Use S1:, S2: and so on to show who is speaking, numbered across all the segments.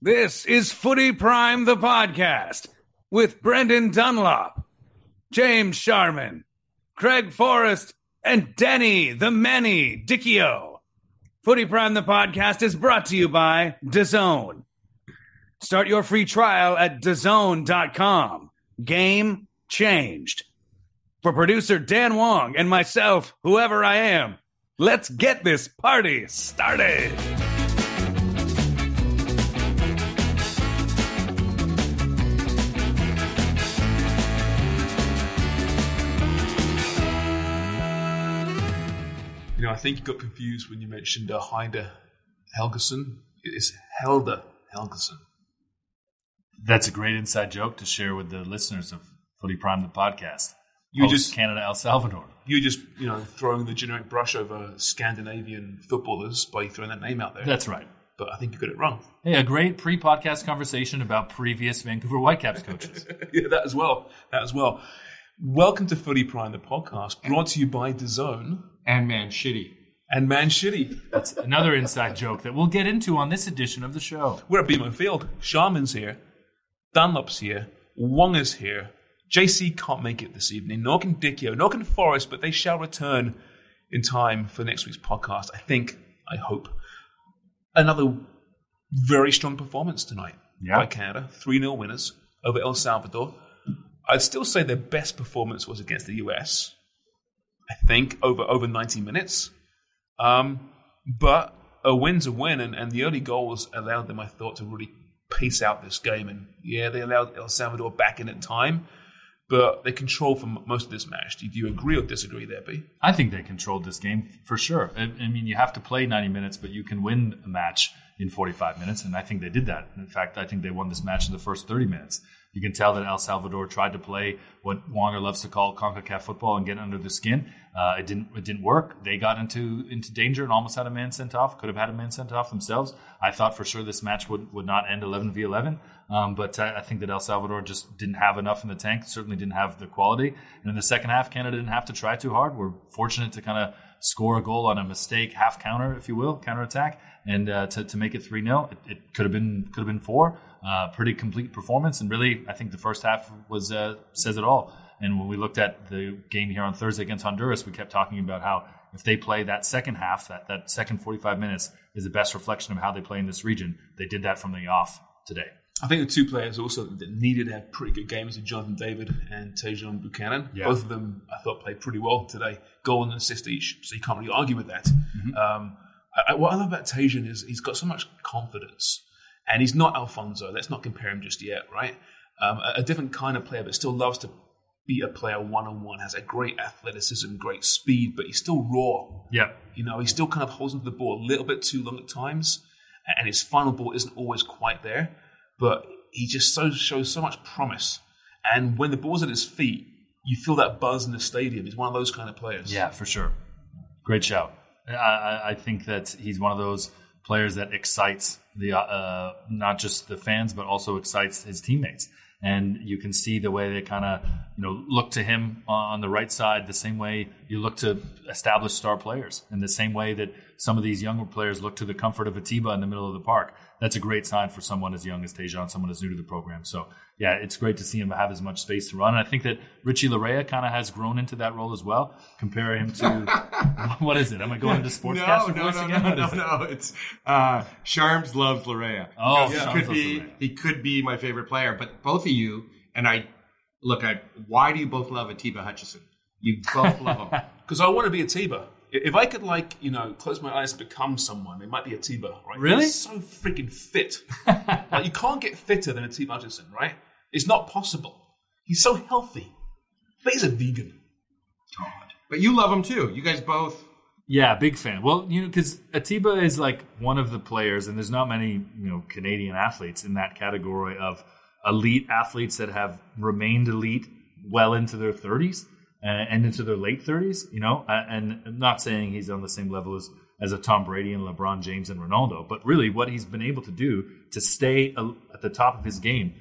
S1: This is Footy Prime, the podcast with Brendan Dunlop, James Sharman, Craig Forrest, and Denny the Many Dicchio. Footy Prime, the podcast is brought to you by DAZN. Start your free trial at DAZN.com. Game changed. For producer Dan Wong and myself, whoever I am, let's get this party started.
S2: You know, I think you got confused when you mentioned uh, Heide Helgeson. It's Helda Helgeson.
S3: That's a great inside joke to share with the listeners of Footy Prime the podcast.
S2: You
S4: Oh,
S3: You
S2: just-
S3: just Canada El Salvador.
S2: You're just, you know, throwing the generic brush over Scandinavian footballers by throwing that name out there.
S3: That's right.
S2: but I think you got it wrong.
S3: Hey, a great pre-podcast conversation about previous Vancouver Whitecaps coaches.
S2: yeah, that as well. That as well. Welcome to Footy Prime, the podcast brought to you by DAZN
S4: and man shitty.
S2: and Man Shitty.
S3: That's another inside joke that we'll get into on this edition of the show.
S2: We're at Beeman Field. Sharman's here. Dunlop's here. Wong is here. JC can't make it this evening. Nor can Dickio. Nor can Forrest, but they shall return in time for next week's podcast. I think. I hope. Another very strong performance tonight
S3: Yeah.
S2: by Canada. 3 0 winners over El Salvador. I'd still say their best performance was against the US. I think over over 90 minutes. Um, but a win's a win, and, and the early goals allowed them, I thought, to really pace out this game. And yeah, they allowed El Salvador back in at time, but they controlled for m- most of this match. Do you agree or disagree there, B?
S3: I think they controlled this game for sure. I, I mean, you have to play 90 minutes, but you can win a match in 45 minutes, and I think they did that. In fact, I think they won this match in the first 30 minutes. You can tell that El Salvador tried to play what Wonger loves to call CONCACAF football and get under the skin. Uh, it didn't. It didn't work. They got into into danger and almost had a man sent off. Could have had a man sent off themselves. I thought for sure this match would, would not end 11 v 11. Um, but I, I think that El Salvador just didn't have enough in the tank, certainly didn't have the quality. And in the second half, Canada didn't have to try too hard. We're fortunate to kind of score a goal on a mistake, half counter, if you will, counterattack, and uh, to, to make it 3 0. It, it could have been could have been four. Uh, pretty complete performance. And really, I think the first half was uh, says it all. And when we looked at the game here on Thursday against Honduras, we kept talking about how if they play that second half, that, that second 45 minutes is the best reflection of how they play in this region. They did that from the off today.
S2: I think the two players also that needed to have pretty good games were Jonathan David and Tejon Buchanan.
S3: Yeah.
S2: Both of them, I thought, played pretty well today. Goal and assist each, so you can't really argue with that. Um, I, I- what I love about Tejon is he's got so much confidence, and he's not Alfonso. Let's not compare him just yet, right? Um, a, a different kind of player, but still loves to be a player one on one. Has a great athleticism, great speed, but he's still raw.
S3: Yeah.
S2: You know, he still kind of holds onto the ball a little bit too long at times, and his final ball isn't always quite there. But he just so shows so much promise. And when the ball's at his feet, you feel that buzz in the stadium. He's one of those kind of players.
S3: Yeah, for sure. Great shout. I, I, I think that he's one of those players that excites the uh, uh, not just the fans, but also excites his teammates. And you can see the way they kind of you know look to him on the right side, the same way you look to established star players, and the same way that some of these younger players look to the comfort of Atiba in the middle of the park. That's a great sign for someone as young as Tejan, someone as new to the program. So yeah, it's great to see him have as much space to run. And I think that Richie Larea kind of has grown into that role as well. Compare him to what is it? Am I going into sportscaster
S4: no, no,
S3: voice
S4: no,
S3: again?
S4: no,
S3: What
S4: no,
S3: is it?
S4: no. It's uh, Sharms loves Larea.
S3: Oh,
S4: He
S3: Sharms
S4: could
S3: loves
S4: be
S3: Larea.
S4: he could be my favorite player. But both of you and I look. I why do you both love Atiba Hutchinson? You both love him.
S2: Because I want to be a Tiba. If I could, like, you know, close my eyes and become someone, it might be a Tiba, right?
S3: Really?
S2: He's so freaking fit. like, you can't get fitter than a Tiba Hutchinson, right? It's not possible. He's so healthy. But he's a vegan.
S4: But you love him too. You guys both.
S3: Yeah, big fan. Well, you know, because Atiba is like one of the players, and there's not many you know Canadian athletes in that category of elite athletes that have remained elite well into their 30s uh, and into their late 30s. You know, uh, and I'm not saying he's on the same level as as a Tom Brady and LeBron James and Ronaldo, but really what he's been able to do to stay a- at the top of his game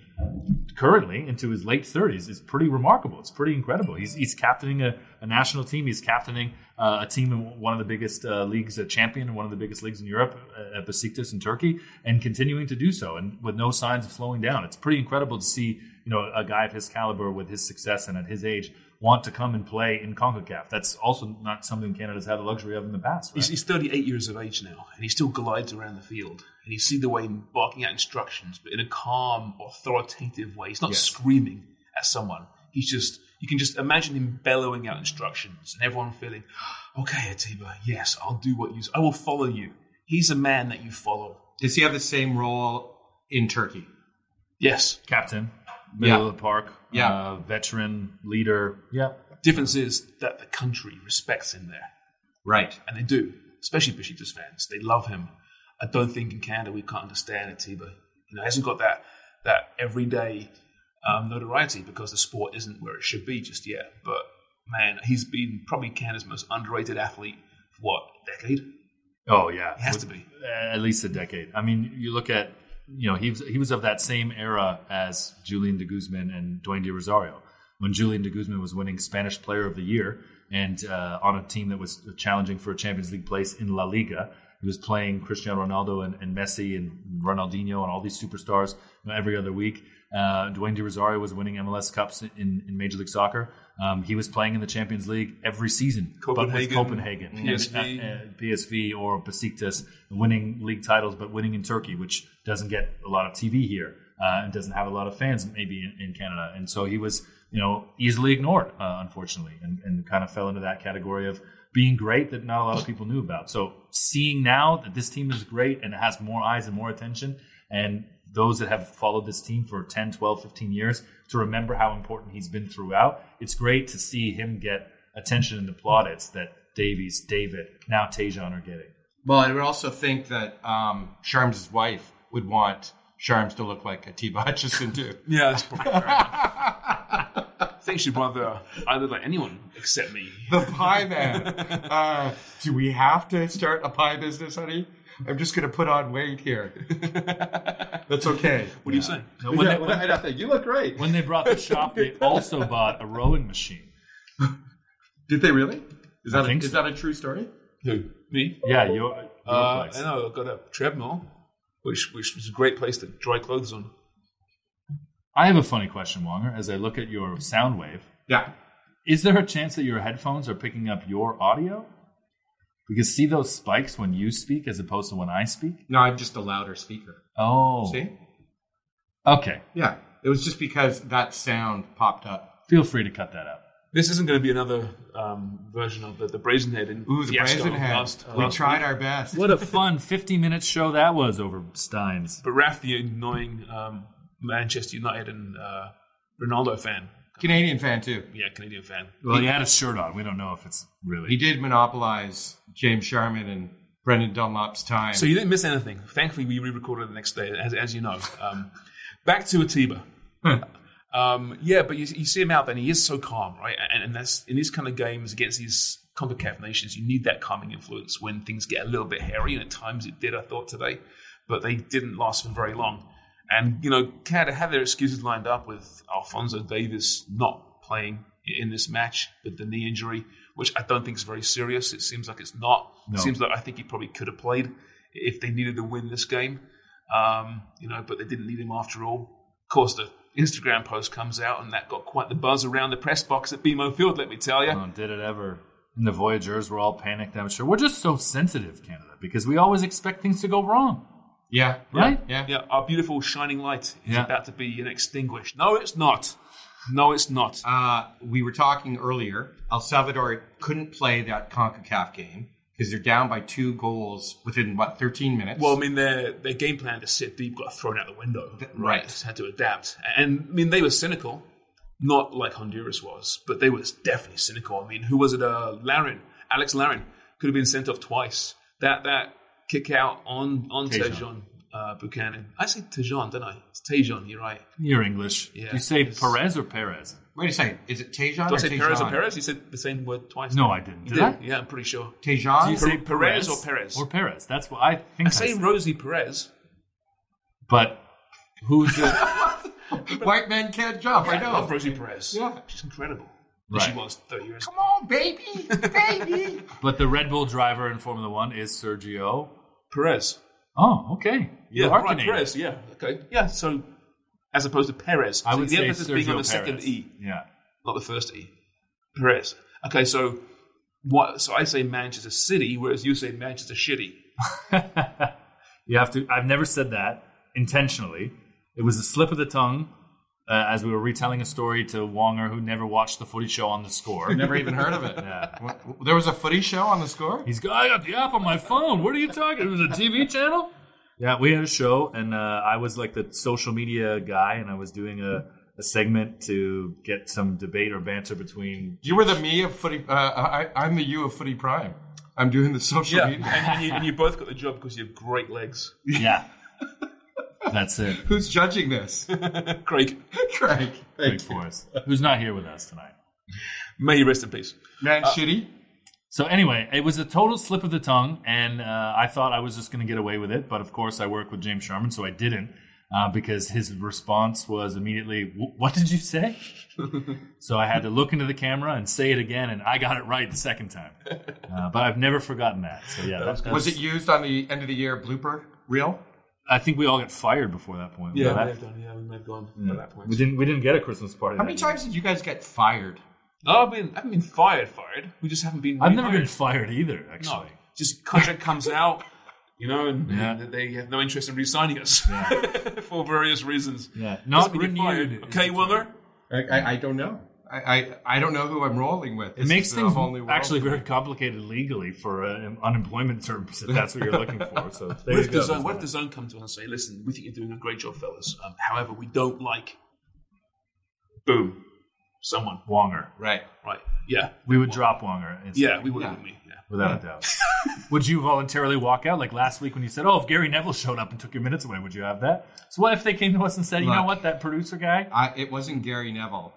S3: currently into his late 30s is pretty remarkable. It's pretty incredible. He's, he's captaining a, a national team. He's captaining uh, a team in one of the biggest uh, leagues, a champion in one of the biggest leagues in Europe, uh, at Besiktas in Turkey, and continuing to do so, and with no signs of slowing down. It's pretty incredible to see you know a guy of his caliber with his success and at his age want to come and play in Concacaf. That's also not something Canada's had the luxury of in the past.
S2: He's,
S3: right?
S2: he's 38 years of age now, and he still glides around the field. And you see the way he's barking out instructions, but in a calm, authoritative way. He's not
S3: Yes.
S2: screaming at someone. He's just, you can just imagine him bellowing out instructions and everyone feeling, okay, Atiba, yes, I'll do what you, I will follow you. He's a man that you follow.
S4: Does he have the same role in Turkey?
S2: Yes.
S3: Captain, middle
S4: Yeah.
S3: of the park,
S4: Yeah.
S3: uh, veteran, leader. Yeah.
S2: Difference is that the country respects him there,
S4: Right.
S2: and they do, especially Besiktas fans. They love him. I don't think in Canada we can't understand Atiba. You know, he hasn't got that that everyday um, notoriety because the sport isn't where it should be just yet. But man, he's been probably Canada's most underrated athlete for what a decade?
S3: Oh, yeah.
S2: He has to be.
S3: at least a decade. I mean, you look at you know he was he was of that same era as Julian de Guzman and Dwayne de Rosario when Julian de Guzman was winning Spanish Player of the Year and uh, on a team that was challenging for a Champions League place in La Liga. He was playing Cristiano Ronaldo and, and Messi and Ronaldinho and all these superstars you know, every other week. Uh, Dwayne De Rosario was winning MLS Cups in, in Major League Soccer. Um, he was playing in the Champions League every season, but with
S2: Copenhagen,
S3: Copenhagen, And,
S2: PSV.
S3: uh, uh, PSV or Besiktas winning league titles, but winning in Turkey, which doesn't get a lot of TV here uh, and doesn't have a lot of fans maybe in, in Canada. And so he was, you know, easily ignored, uh, unfortunately, and, and kind of fell into that category of being great that not a lot of people knew about. So seeing now that this team is great and it has more eyes and more attention and those that have followed this team for 10, 12, 15 years to remember how important he's been throughout. It's great to see him get attention and the plaudits that Davies, David, now Tejan are getting.
S4: Well, I would also think that um, Sharm's wife would want Sharms to look like Atiba Hutchinson too.
S2: Yeah, that's probably fair. I think she'd rather either like anyone except me.
S4: the pie man. Uh, do we have to start a pie business, honey? I'm just going to put on weight here. That's okay.
S2: What do you say?
S3: Now, when,
S4: Yeah,
S3: they,
S4: well, I don't think- you look great.
S3: when they brought the shop, they also bought a rowing machine.
S4: Did they really? Is that, a,
S3: think
S4: is
S3: so.
S4: that a true story?
S2: Who? Me?
S3: Yeah, your, your
S2: Uh,
S3: place.
S2: I know I've got a treadmill, which which was a great place to dry clothes on.
S3: I have a funny question, Wonger. As I look at your sound wave,
S4: Yeah.
S3: is there a chance that your headphones are picking up your audio? Because see those spikes when you speak as opposed to when I speak?
S4: No, I'm just a louder speaker.
S3: Oh.
S4: See?
S3: Okay.
S4: Yeah. It was just because that sound popped up.
S3: Feel free to cut that out.
S2: This isn't going to be another um, version of the, the Brazenhead in
S4: Ooh, the
S2: fiasco
S4: brazen head.
S2: last-
S4: we
S2: last
S4: tried
S2: week.
S4: our best.
S3: What a fun 50 minute show that was over Steins.
S2: But Raf, the annoying um, Manchester United and uh, Ronaldo fan,
S4: Canadian fan, too.
S2: yeah, Canadian fan.
S3: Well, he had a shirt on. We don't know if it's really.
S4: He did monopolize James Sharman and Brendan Dunlop's time.
S2: So you didn't miss anything. Thankfully, we re-recorded the next day, as, as you know. Um, back to Atiba. um, yeah, but you, you see him out there, and he is so calm, right? And, and that's in these kind of games against these CONCACAF nations, you need that calming influence when things get a little bit hairy, and at times it did, I thought, today. But they didn't last for very long. And, you know, Canada had their excuses lined up with Alfonso Davis not playing in this match with the knee injury, which I don't think is very serious. It seems like it's not.
S3: No.
S2: It seems like I think he probably could have played if they needed to win this game. Um, you know, but they didn't need him after all. Of course, the Instagram post comes out, and that got quite the buzz around the press box at BMO Field. Let me tell you.
S3: Oh, did it ever? And the Voyagers were all panicked. I'm sure we're just so sensitive, Canada, because we always expect things to go wrong,
S4: Yeah.
S3: right?
S4: Yeah.
S2: Yeah, our beautiful shining light is
S3: Yeah.
S2: about to be extinguished. No, it's not. No, it's not.
S4: Uh, we were talking earlier. El Salvador couldn't play that CONCACAF game because they're down by two goals within, what, 13 minutes?
S2: Well, I mean, their their game plan to sit deep got thrown out the window.
S4: right.
S2: Just had to adapt, and I mean, they were cynical, not like Honduras was, but they were definitely cynical. I mean, who was it? Uh, Larin, Alex Larin, could have been sent off twice. That that kick out on on
S3: Tejon.
S2: Tejon uh, Buchanan. I say Tejon, don't I? It's Tejon. You're right.
S3: You're English.
S2: Yeah,
S3: you say
S2: it's-
S3: Perez or Perez?
S4: Wait a second. Is it Tejan
S2: Did
S4: or
S2: I say Perez or
S4: Tejan?
S2: Perez? You said the same word twice.
S3: No, I didn't. Did
S2: Yeah,
S3: I?
S2: yeah, I'm pretty sure.
S4: Tejan?
S3: Do you say
S2: Perez or Perez?
S3: Or Perez. That's what I think.
S2: I
S3: I
S2: say
S3: said.
S2: Rosie Perez.
S3: but who's the
S4: White men can't jump. I
S2: I
S4: know.
S2: love Rosie Perez.
S4: Yeah.
S2: she's incredible. She
S3: Right.
S2: was 30 years
S4: Come on, baby. Baby.
S3: but the Red Bull driver in Formula One is Sergio?
S2: Perez.
S3: Oh, okay. You
S2: Yeah,
S3: are
S2: right,
S3: Canadian.
S2: Perez. Yeah, okay, yeah. So as opposed to Perez,
S3: I
S2: So
S3: would
S2: the
S3: say
S2: emphasis
S3: Sergio
S2: being on the
S3: Perez.
S2: second E,
S3: Yeah.
S2: not the first E. Perez. Okay, so what? So I say Manchester City, whereas you say Manchester Shitty.
S3: you have to. I've never said that intentionally. It was a slip of the tongue uh, as we were retelling a story to Wonger, who never watched the footy show on the score.
S4: Never even heard of it. What- There was a footy show on the score?
S3: He's got, I got the app on my phone. What are you talking? It was a TV channel. Yeah, we had a show, and uh, I was like the social media guy, and I was doing a, a segment to get some debate or banter between.
S4: You were the me of footy. Uh, I, I'm the you of footy prime. I'm doing the social
S2: Yeah, and,
S4: media.
S2: and, you, and you both got the job because you have great legs,
S3: Yeah, that's it.
S4: Who's judging this?
S2: Craig.
S4: Craig.
S3: Big
S4: Thank you.
S3: Forrest, who's not here with us tonight.
S2: May you rest in peace.
S4: Man, shitty.
S3: So anyway, it was a total slip of the tongue, and uh, I thought I was just going to get away with it, but of course I work with James Sharman, so I didn't uh, because his response was immediately, "Wh- "What did you say?" so I had to look into the camera and say it again, and I got it right the second time. Uh, but I've never forgotten that. So yeah, that,
S4: Was it used on the end of the year blooper reel?
S3: I think we all got fired before that point.
S2: Yeah,
S3: That-
S2: we have done. Yeah, we may have gone at that point.
S3: we didn't. We didn't get a Christmas party.
S4: How
S3: that
S4: many
S3: year.
S4: times did you guys get fired?
S2: No, I've been, I haven't been fired. Fired. We just haven't been.
S3: I've never been
S2: rehired.
S3: fired either. Actually,
S2: No, just contract comes out, you know, and
S3: Yeah.
S2: and they have no interest in re-signing us for various reasons.
S3: Yeah.
S2: Doesn't
S3: Not
S2: mean you're
S3: renewed
S2: fired.
S3: is
S2: Okay,
S3: the
S2: Willer.
S4: I, I, I don't know. I, I, I don't know who I'm rolling with.
S3: it makes things actually very complicated legally for uh, um, unemployment terms if that's what you're looking for. So there
S2: What
S3: you
S2: if,
S3: go.
S2: the zone, what if the zone comes to us and say, "Listen, we think you're doing a great job, fellas. Um, however, we don't like." Boom. Someone.
S3: Wonger.
S4: right.
S2: Right. Yeah.
S3: We would drop Wonger. It's-
S2: Yeah. We would.
S4: Yeah.
S2: wouldn't we? Yeah.
S3: Without a doubt. would you voluntarily walk out like last week when you said, "Oh, if Gary Neville showed up and took your minutes away, would you have that?" So what if they came to us and said, "You know
S4: Look.
S3: what, that producer guy,
S4: I, it wasn't Gary Neville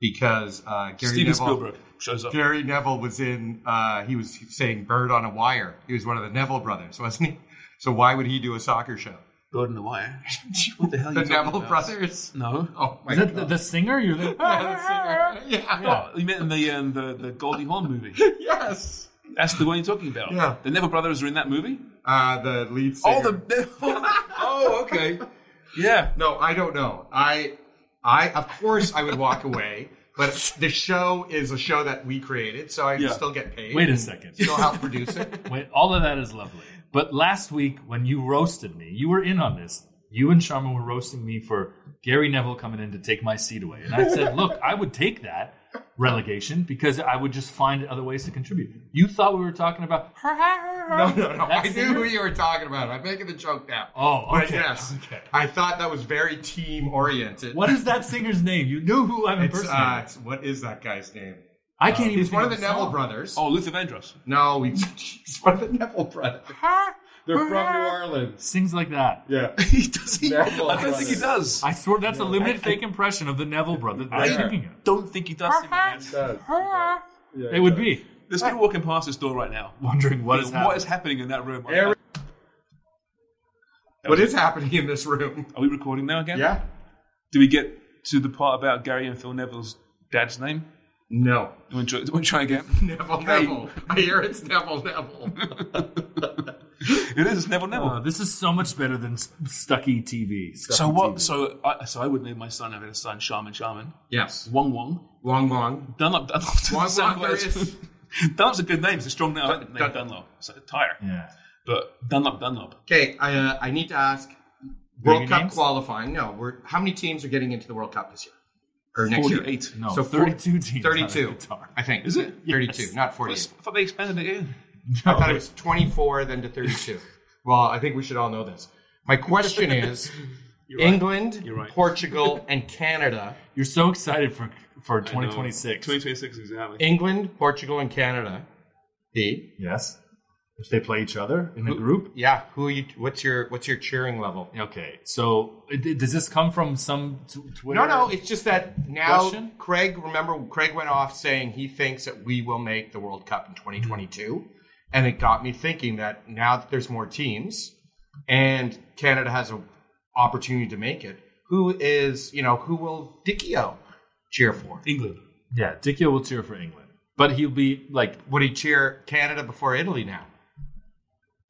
S4: because uh, Gary
S2: Steven
S4: Neville.
S2: Spielberg shows up.
S4: Gary Neville was in. Uh, he was saying "Bird on a Wire." He was one of the Neville brothers, wasn't he? So why would he do a soccer show?
S2: Bird in the wire. what the hell? Are you
S4: The
S2: talking
S4: Neville
S2: about?
S4: brothers.
S2: No.
S4: Oh my
S3: is that the,
S4: god!
S3: the singer?" You're like,
S4: Yeah, the singer. Yeah.
S2: Oh, you meant in the um, the the Goldie Hawn movie.
S4: Yes.
S2: That's the one you're talking about.
S4: Yeah.
S2: The Neville brothers are in that movie.
S4: Uh, the lead singer.
S2: Oh, the. oh, okay. Yeah.
S4: No, I don't know. I, I of course I would walk away, but the show is a show that we created, so I
S2: Yeah.
S4: still get paid.
S3: Wait a second.
S4: Still help produce it.
S3: Wait, all of that is lovely. But last week when you roasted me, you were in on this. You and Sharma were roasting me for Gary Neville coming in to take my seat away. And I said, look, I would take that relegation because I would just find other ways to contribute. You thought we were talking about her. her, her,
S4: No,
S3: her,
S4: no, no.
S3: that
S4: I knew
S3: singer?
S4: who you were talking about. I'm making the joke now.
S3: Oh,
S4: But
S3: okay,
S4: yes.
S3: okay.
S4: I thought that was very team oriented.
S3: What is that singer's name? You knew who I'm
S4: It's,
S3: impersonating.
S4: uh, it's- what is that guy's name?
S3: I can't even.
S4: He's
S3: think
S4: one of the
S3: his
S4: Neville
S3: song.
S4: brothers.
S2: Oh, Luther Vandross.
S4: No, we, he's one of the Neville brothers.
S3: Her,
S4: They're
S3: her,
S4: from New
S3: her.
S4: Orleans.
S3: Sings like that.
S4: Yeah.
S2: he does. He, I
S4: Neville
S2: don't think he
S4: Brothers.
S2: does. I
S3: I swear that's a limited fake impression of the Neville brother that I'm
S4: Sure.
S3: thinking of.
S2: don't think he does. sing like that.
S3: Her. it would be.
S2: There's people walking past this door right now.
S3: wondering what is happening.
S2: What is happening in that room?
S4: Every- What is happening in this room?
S2: Are we recording now again?
S4: Yeah.
S2: Do we get to the part about Gary and Phil Neville's dad's name?
S4: No.
S2: Do we try, do we try again?
S4: Neville Neville. I hear it's Neville Neville.
S2: It is Neville Neville.
S4: Oh,
S3: Uh, this is so much better than s- Stucky TV. Stucky
S2: so what?
S3: TV.
S2: So I, so I would name my son having a son Shaman Shaman.
S4: Yes.
S2: Wong Wong.
S4: Long, long.
S2: Dunlop. Dunlop. doesn't
S4: Wong
S2: sound
S4: Wong
S2: quite as-
S4: there is.
S2: Dunlop's a good name. It's a strong name. I like the name
S4: Dun-
S2: Dunlop. It's like a tire.
S3: Yeah.
S2: But Dunlop Dunlop.
S4: Okay, I, uh, I need to ask World
S3: Bigger
S4: Cup
S3: names?
S4: qualifying. No, we're how many teams are getting into the World Cup this year? Or next year?
S2: Forty-eight.
S3: No.
S4: So four-
S3: 32 teams.
S4: 32, I think.
S2: Is it?
S4: 32, not 48.
S2: I thought they expanded it in.
S4: I thought it was 24, then to 32. well, I think we should all know this. My question is England,
S2: right.
S4: Portugal, and Canada.
S3: You're so excited for for 2026.
S2: 2026 exactly.
S4: England, Portugal, and Canada. The
S3: Yes. If they play each other in a group.
S4: yeah, who are you? What's your what's your cheering level?
S3: Okay. So uh, d- does this come from some t- Twitter?
S4: No, no, it's just that now
S3: Question?
S4: Craig, remember Craig went off saying he thinks that we will make the World Cup in 2022.
S3: Mm-hmm.
S4: And it got me thinking that now that there's more teams and Canada has an opportunity to make it, who is, you know, who will Dicchio cheer for?
S2: England.
S3: Yeah, Dicchio will cheer for England, but he'll be like
S4: Would he cheer Canada before Italy now?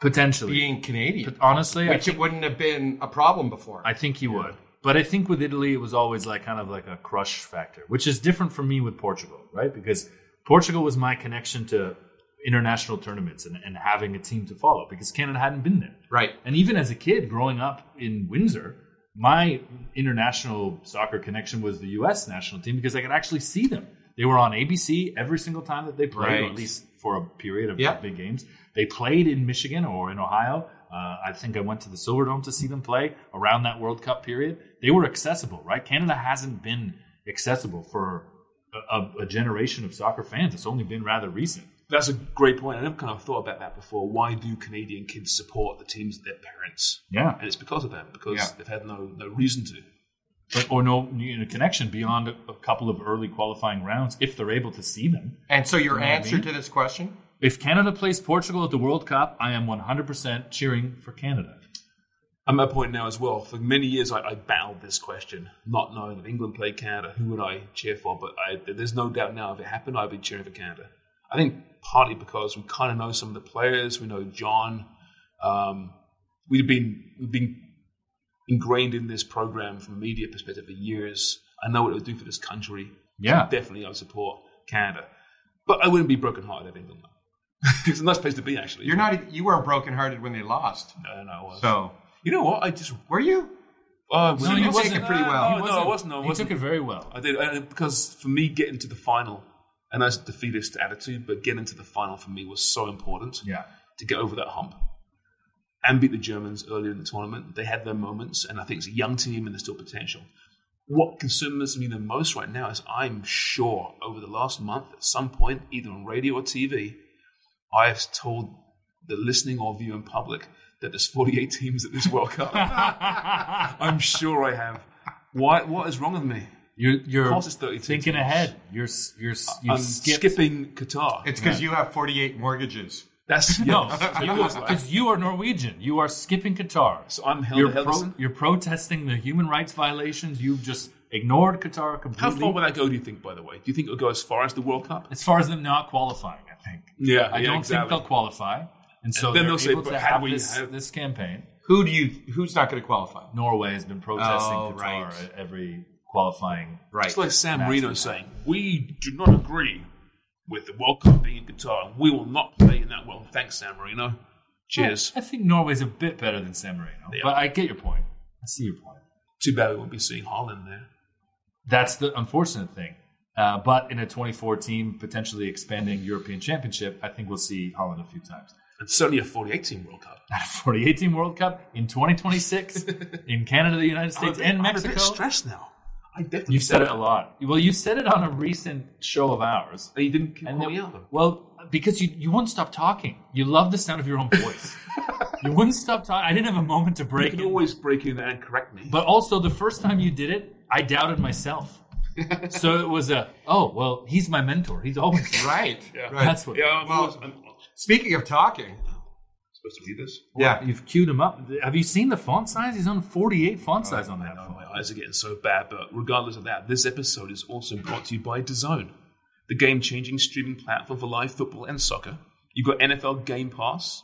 S3: potentially.
S4: Being Canadian,
S3: but honestly, oh, I
S4: which
S3: think,
S4: it wouldn't have been a problem before.
S3: I think he would. But I think with Italy, it was always like kind of like a crush factor, which is different for me with Portugal, right? Because Portugal was my connection to international tournaments and, and having a team to follow because Canada hadn't been there.
S4: right.
S3: And even as a kid growing up in Windsor, my international soccer connection was the U.S. national team because I could actually see them. They were on ABC every single time that they played, or
S4: Right.
S3: at least for a period of
S4: Yeah.
S3: big games. They played in Michigan or in Ohio. Uh, I think I went to the Silverdome to see them play around that World Cup period. They were accessible, right? Canada hasn't been accessible for a, a, a generation of soccer fans. It's only been rather recent.
S2: That's a great point. I never kind of thought about that before. Why do Canadian kids support the teams of their parents?
S3: Yeah.
S2: And it's because of them, because
S4: Yeah.
S2: they've had no, no reason to.
S3: but, or no you know, connection beyond a, a couple of early qualifying rounds if they're able to see them.
S4: And so your
S3: You know what I
S4: answer
S3: mean?
S4: to this question?
S3: If Canada plays Portugal at the World Cup, I am 100% cheering for Canada.
S2: I'm at a point now as well. For many years, I, I battled this question, not knowing if England played Canada, who would I cheer for? But I, there's no doubt now, if it happened, I'd be cheering for Canada. I think partly because we kind of know some of the players. We know John. Um, we've been we've been ingrained in this program from a media perspective for years. I know what it would do for this country.
S3: Yeah.
S2: Definitely, I would support Canada, but I wouldn't be brokenhearted if England. won. it's a nice place to be, actually.
S4: You're not. e-, You weren't brokenhearted when they lost.
S2: I don't know. I was.
S4: So
S2: you know what? I just
S4: were you?
S2: Oh,
S3: No, you
S4: took it pretty well.
S2: No,
S4: You
S2: no, I wasn't. I
S3: He
S2: wasn't.
S3: took it very well.
S2: I did and because for me, getting to the final, and that's a defeatist attitude, but getting to the final for me was so important
S3: Yeah.
S2: to get over that hump and beat the Germans earlier in the tournament. They had their moments, and I think it's a young team and there's still potential. What concerns me the most right now is I'm sure over the last month, at some point, either on radio or TV, I have told the listening or viewing public that there's 48 teams at this World Cup. I'm sure I have. Why? What is wrong with me?
S3: You're,
S2: Of
S3: you're
S2: course it's 32
S3: thinking
S2: teams.
S3: ahead. You're, s- you're, s- you
S2: I'm
S3: skipped.
S2: skipping Qatar.
S4: It's because you have 48 mortgages.
S2: That's
S3: No,
S2: yeah, that's what it feels like.
S3: because you are Norwegian. You are skipping Qatar.
S2: So I'm Helder
S3: you're, pro-
S2: Helderson.
S3: you're protesting the human rights violations. You've just ignored Qatar
S2: How
S3: completely.
S2: far will that go? Do you think? By the way, do you think it'll go as far as the World Cup?
S3: as far as them not qualifying, I think.
S2: Yeah,
S3: I
S2: yeah,
S3: don't
S2: exactly.
S3: think they'll qualify, and so
S2: And then
S3: they're
S2: they'll say,
S3: able
S2: "But
S3: to
S2: had
S3: have
S2: we
S3: this,
S2: had-"
S3: this campaign.
S4: Who do you? Who's not going to qualify?
S3: Norway has been protesting
S4: Oh,
S3: Qatar
S4: right.
S3: at every qualifying.
S4: Right.
S2: It's like Sam Marino saying, "We do not agree with the World Cup being in Qatar, and we will not play in that world." Thanks, Sam Marino. Cheers.
S3: I think Norway's a bit better than San Marino,
S2: They
S3: but
S2: are.
S3: I get your point. I see your point.
S2: Too bad we won't be seeing Holland there.
S3: That's the unfortunate thing. Uh, but in a 24 team, potentially expanding European Championship, I think we'll see Holland a few times.
S2: And certainly a 48-team World Cup.
S3: At a 48 team World Cup in 2026 in Canada, the United States, and Mexico.
S2: I'm a bit stressed now. I definitely
S3: You've said it a lot. Well, you said it on a recent show of ours.
S2: And you didn't call
S3: then-
S2: me out.
S3: Well, because you, you wouldn't stop talking. You love the sound of your own voice. you wouldn't stop talking. I didn't have a moment to
S2: You
S3: break
S2: can
S3: it.
S2: always break in and correct me.
S3: But also, the first time you did it, I doubted myself. so it was a, oh, well, he's my mentor. He's always
S4: Right. Right.
S3: That's what.
S2: yeah, I'm,
S4: Well-
S2: always, I'm
S4: Speaking of talking,
S2: supposed to do this.
S4: yeah,
S3: You've queued him up. Have you seen the font size? He's on 48 font size on that
S2: Oh,
S3: phone.
S2: my eyes are getting so bad, but regardless of that, this episode is also brought to you by DAZN, the game-changing streaming platform for live football and soccer. You've got NFL Game Pass,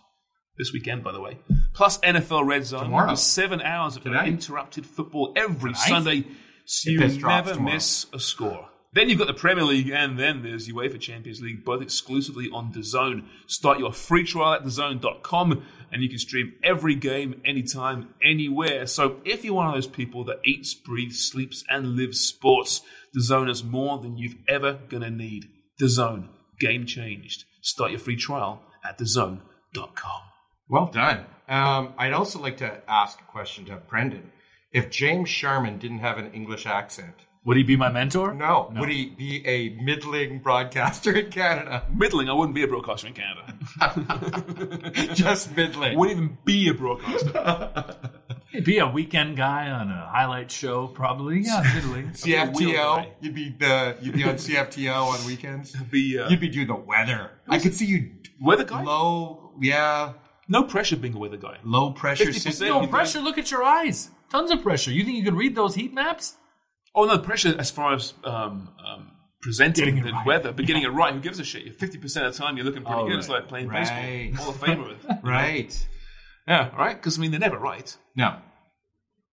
S2: this weekend, by the way. Plus NFL Red Zone.
S4: Tomorrow.
S2: With Seven hours of
S4: Tonight.
S2: uninterrupted football every Sunday. So you
S4: this drops
S2: never
S4: tomorrow.
S2: miss a score. Then you've got the Premier League, and then there's UEFA Champions League, both exclusively on DAZN. Start your free trial at DAZN.com, and you can stream every game, anytime, anywhere. So if you're one of those people that eats, breathes, sleeps, and lives sports, DAZN is more than you've ever gonna need. DAZN, game changed. Start your free trial at DAZN.com.
S4: Well done. Um, I'd also like to ask a question to Brendan. If James Sharman didn't have an English accent,
S3: Would he be my mentor?
S4: no, would he be a middling broadcaster in Canada?
S2: Middling, I wouldn't be a broadcaster in Canada.
S4: Just middling.
S2: wouldn't even be a broadcaster.
S3: He'd be a weekend guy on a highlight show, probably. Yeah, middling.
S4: CFTO. You'd be the you'd be on CFTO on weekends.
S2: Be, uh,
S4: You'd be doing the weather. I could see you
S2: Weather guy?
S4: low, yeah,
S2: No pressure being a weather guy.
S4: low pressure.
S2: 50%
S4: system.
S3: No pressure. Look at your eyes. Tons of pressure. You think you can read those heat maps?
S2: Oh no, pressure as far as um, um, presenting
S3: Getting it
S2: the
S3: right.
S2: weather, but getting it right. Who gives a shit? Fifty percent of the time you're looking pretty
S3: Oh,
S2: good. It's
S3: right.
S2: like playing
S4: Right.
S2: baseball. All of Famer with.
S4: Right.
S2: Yeah, right. Because I mean, they're never right.
S4: No.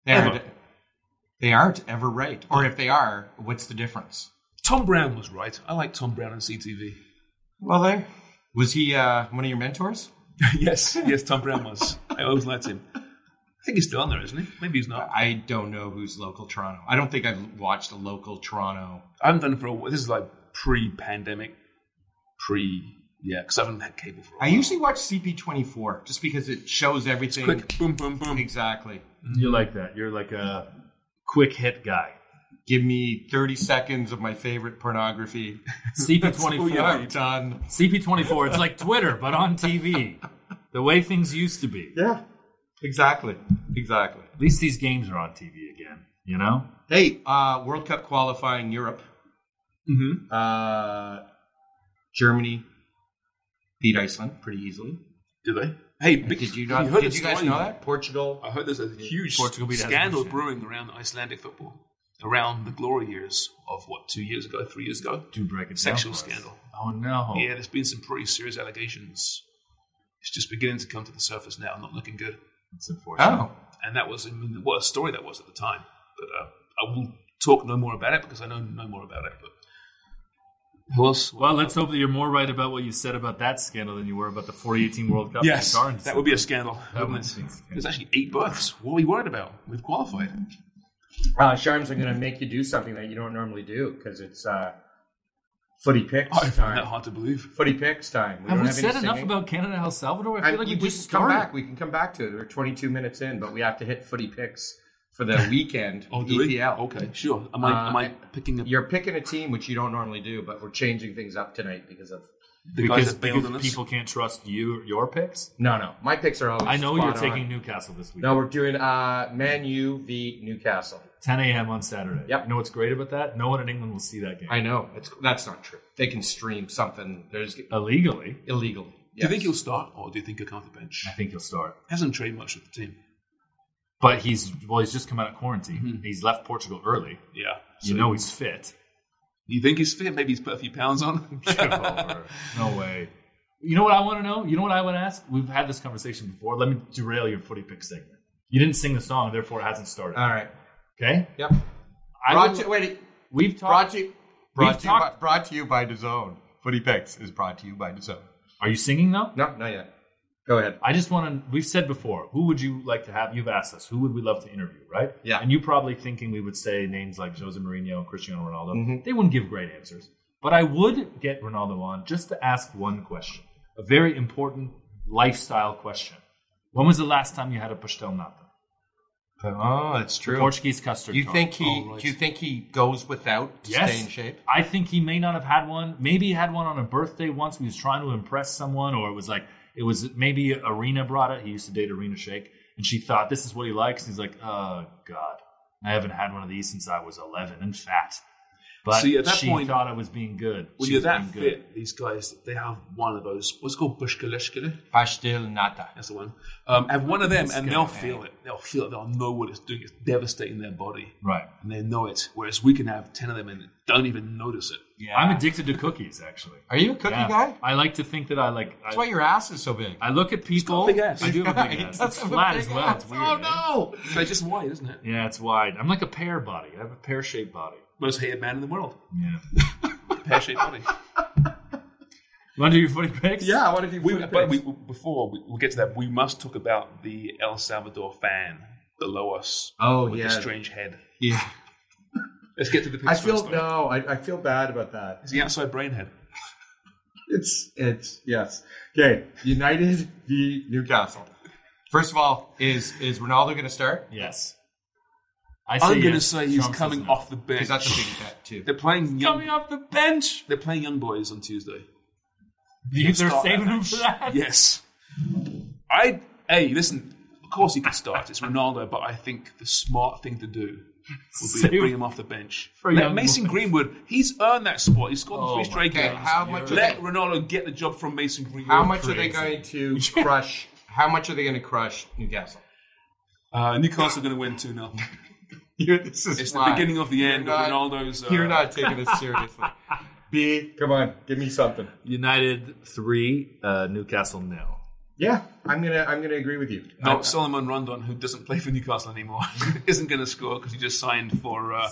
S4: They
S2: Ever.
S4: aren't, they aren't ever right. Or if they are, what's the difference?
S2: Tom Brown was right. I like Tom Brown on CTV.
S4: Well, there. Was he uh, one of your mentors?
S2: yes, yes, Tom Brown was. I always liked him. I think he's still on there, isn't he? Maybe he's not.
S4: I don't know who's local Toronto. I don't think I've watched a local Toronto.
S2: I haven't done it for a while. This is like pre-pandemic, pre yeah, because I haven't had cable for a
S4: I
S2: while.
S4: usually watch CP24 just because it shows everything.
S2: quick boom boom boom.
S4: Exactly.
S3: You're like that. You're like a quick hit guy.
S4: Give me 30 seconds of my favorite pornography.
S2: yeah.
S3: CP24.
S4: I'm done.
S3: CP24. It's like Twitter, but on TV. The way things used to be.
S4: Yeah. Exactly. Exactly.
S3: At least these games are on TV again. You know?
S4: Hey, uh, World Cup qualifying Europe.
S2: hmm
S4: Uh, Germany beat Iceland pretty easily.
S2: Do they? Hey, big,
S4: Did you not?
S2: heard
S4: did
S2: the
S4: you guys
S2: story?
S4: know that Portugal?
S2: I heard there's a huge
S3: Portugal beat
S2: scandal
S3: Azerbaijan.
S2: brewing around Icelandic football, around the glory years of what two years ago, three years ago.
S3: Do break it
S2: Sexual
S3: down for us.
S2: scandal.
S3: Oh, no.
S2: Yeah, there's been some pretty serious allegations. It's just beginning to come to the surface now, not looking good.
S3: It's unfortunate.
S4: Oh,
S2: And that was I mean, what a story that was at the time. But uh, I will talk no more about it because I know no more about it. But who else?
S3: Well, let's hope that you're more right about what you said about that scandal than you were about the 2018 World Cup.
S2: yes,
S3: in Qatar.
S2: that would be a scandal.
S3: That
S2: wouldn't
S3: would be
S2: it?
S3: a scandal.
S2: There's actually eight berths. What are we worried about? We've qualified.
S4: uh, Sharms are going to make you do something that you don't normally do because it's uh, footy picks
S2: I find that
S4: time.
S2: hard to believe.
S4: Footy picks time. We
S3: Have
S4: don't
S3: we
S4: have
S3: said
S4: any
S3: enough
S4: singing.
S3: about Canada El Salvador? I
S4: I
S3: feel like
S4: you
S3: we
S4: just
S3: just
S4: come
S3: started.
S4: back. We can come back to it. We're 22 minutes in, but we have to hit footy picks for the weekend
S2: Oh,
S3: E
S2: do we?
S4: EPL.
S2: Okay, sure. Am I am I
S4: Uh,
S2: picking up
S4: You're picking a team which you don't normally do, but we're changing things up tonight because of
S2: the guys
S3: because,
S2: that bailed on
S3: because
S2: us?
S3: people can't trust you your picks.
S4: no, no. My picks are always.
S3: I know
S4: spot
S3: you're
S4: on.
S3: taking Newcastle this week.
S4: No, we're doing uh, Man U v Newcastle.
S3: 10 a.m. on Saturday.
S4: Yep.
S3: You know what's great about that? No one in England will see that game
S4: I know it's that's not true. They can stream something. There's
S3: illegally.
S4: illegal.
S2: Do you think
S4: Yes.
S2: he'll start, or do you think he'll come off the bench?
S3: I think he'll start,
S2: Hasn't trained much with the team.
S3: but he's well. He's just come out of quarantine.
S4: Mm-hmm.
S3: He's left Portugal early.
S2: Yeah,
S3: You know he's fit.
S2: You think he's fit? Maybe he's put a few pounds on.
S3: Give over. No way. You know what I want to know? You know what I want to ask? We've had this conversation before. Let me derail your footy pick segment. You didn't sing the song, therefore it hasn't started.
S4: All right.
S3: Okay.
S4: Yep.
S3: I
S4: Brought
S3: will-
S4: to, wait.
S3: we've
S4: Brought
S3: talked.
S4: to brought to, you by,
S3: talked-
S4: brought to you by DAZN. Footy picks is brought to you by DAZN.
S3: Are you singing though?
S4: No, not yet. Go ahead.
S3: I just want to. We've said before, who would you like to have? You've asked us, who would we love to interview, right?
S4: Yeah.
S3: And you probably thinking we would say names like Jose Mourinho and Cristiano Ronaldo.
S4: Mm-hmm.
S3: They wouldn't give great answers, but I would get Ronaldo on just to ask one question, a very important lifestyle question. When was the last time you had a pastel nata?
S4: Oh, that's true.
S3: Portuguese custard.
S4: Do you
S3: tart.
S4: think he?
S2: Oh, right.
S4: Do you think he goes without to
S3: Yes.
S4: stay in shape?
S3: I think he may not have had one. Maybe he had one on a birthday once. He was trying to impress someone, or it was like it was maybe Arena brought it. He used to date Arena Shake, and she thought this is what he likes. And he's like, oh god, I haven't had one of these since I was eleven and fat. But
S2: See, at that
S3: she
S2: point-
S3: thought I was being good.
S2: When
S3: She
S2: you're
S3: was
S2: that
S3: being good.
S2: fit, these guys they have one of those. What's it called bushkaleshkale.
S4: Pastel nata.
S2: That's the one. Um, have one of them, and they'll
S3: Bushkaleshkele.
S2: feel it. They'll feel it. They'll know what it's doing. It's devastating their body,
S3: Right.
S2: and they know it. Whereas we can have ten of them and don't even notice it.
S4: Yeah.
S3: I'm addicted to cookies, actually.
S4: Are you a cookie
S3: Yeah.
S4: guy?
S3: I like to think that I like.
S4: That's
S3: I,
S4: why your ass is so big.
S3: I look at people.
S2: big ass.
S3: I do have a big ass.
S4: That's
S3: It's
S4: a
S3: flat
S4: big
S3: as well.
S4: ass.
S3: It's weird.
S4: Oh,
S3: eh?
S4: no.
S2: But it's just wide, isn't it?
S3: Yeah, it's wide. I'm like a pear body. I have a pear shaped body.
S2: Most hated man in the world.
S3: Yeah.
S2: Pear shaped body.
S3: Want to do your footy picks?
S4: Yeah, I want to do
S2: We,
S4: food
S2: but we,
S4: picks.
S2: before we, we get to that, we must talk about the El Salvador fan below us.
S4: Oh,
S2: with
S4: yeah.
S2: the strange head.
S4: Yeah.
S2: Let's get to the picks
S4: I feel
S2: first, though.
S4: no. I, I feel bad about that.
S2: It's the outside brain head.
S4: It's it's yes. Okay, United v Newcastle. First of all, is is Ronaldo going to start?
S3: Yes. I
S2: I'm going to
S3: yes.
S2: say he's
S3: Trump says
S2: coming
S3: no.
S2: off the bench.
S4: Because that's a big bet too.
S2: They're playing
S3: Coming
S2: young.
S3: off the bench.
S2: They're playing young boys on Tuesday.
S3: They're
S2: Start
S3: saving
S2: that
S3: him for
S2: match.
S3: that.
S2: Yes. I hey, listen. Of course he could start. It's Ronaldo, but I think the smart thing to do would be
S3: Save
S2: to bring him off the bench.
S3: for
S2: Let
S3: young
S2: Mason
S3: boys.
S2: Greenwood, he's earned that spot. He's scored
S3: Oh
S2: the three
S3: my
S2: straight
S4: Okay,
S2: games.
S4: how much are
S2: Let
S4: they,
S2: Ronaldo get the job from Mason Greenwood.
S4: how much are they
S3: Crazy.
S4: going to crush? How much are they going to crush Newcastle?
S2: Uh, Newcastle are going to win 2 0.
S4: You're, this is
S2: It's the
S4: fine.
S2: beginning of the end of
S4: not-
S2: Ronaldo's. Uh,
S4: You're not taking this seriously. B, come on, give me something.
S3: United three, uh, Newcastle nil.
S4: Yeah, I'm gonna I'm gonna agree with you.
S2: No, uh, Solomon Rondon, who doesn't play for Newcastle anymore, isn't going to score because he just signed for. Uh,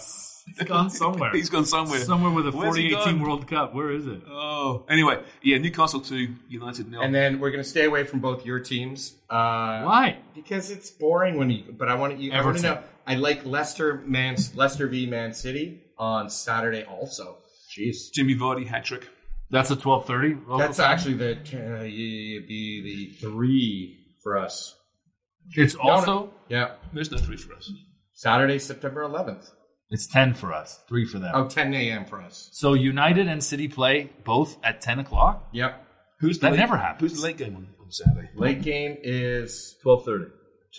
S3: He's gone somewhere.
S2: he's gone somewhere.
S3: Somewhere with a
S2: Where's he
S3: 48 team
S2: gone?
S3: World Cup. Where is it?
S2: Oh, anyway, yeah, Newcastle two, United nil.
S4: And then we're gonna stay away from both your teams. Uh,
S3: Why?
S4: Because it's boring when you. But I want you. I want to
S3: Everton.
S4: know. I like Leicester Man Leicester v Man City on Saturday also. Jeez.
S2: Jimmy Vardy hat trick.
S3: That's a 12:30.
S4: That's actually the uh, be the three for us.
S3: It's also
S4: Yeah.
S2: There's no three for us.
S4: Saturday, September 11th.
S3: it's 10 for us, three for them.
S4: Oh, 10 a.m. for us.
S3: So United and City play both at 10 o'clock.
S4: Yep.
S2: Who's the
S3: That
S2: late,
S3: never happens.
S2: Who's the late game on, on Saturday?
S4: Late game is
S3: 12:30.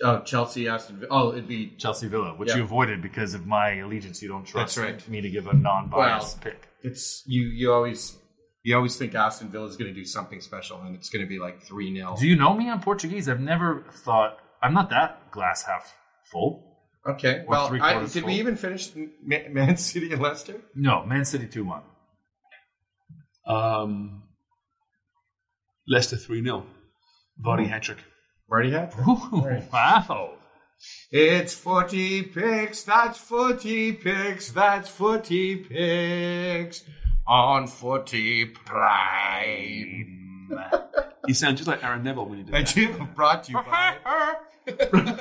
S4: oh, Chelsea Aston. Vi- Oh, it'd be
S3: Chelsea Villa, which
S4: Yeah.
S3: you avoided because of my allegiance. You don't trust
S4: That's right.
S3: me to give a non-biased pick.
S4: it's you. You always you always think Aston Villa is going to do something special, and it's going to be like three 0
S3: Do you know me? I'm Portuguese. I've never thought I'm not that glass half full.
S4: Okay.
S3: Or
S4: Well,
S3: three
S4: I,
S3: quarters
S4: did we
S3: full.
S4: even finish Ma- Man City and Leicester?
S3: No, Man City two one.
S2: Um, Leicester three 0 Vardy hat trick.
S4: Already had.
S3: Wow.
S4: It's forty picks. That's forty picks. That's forty picks on forty prime.
S2: You sound just like Aaron Neville when you do that.
S4: That you brought to you by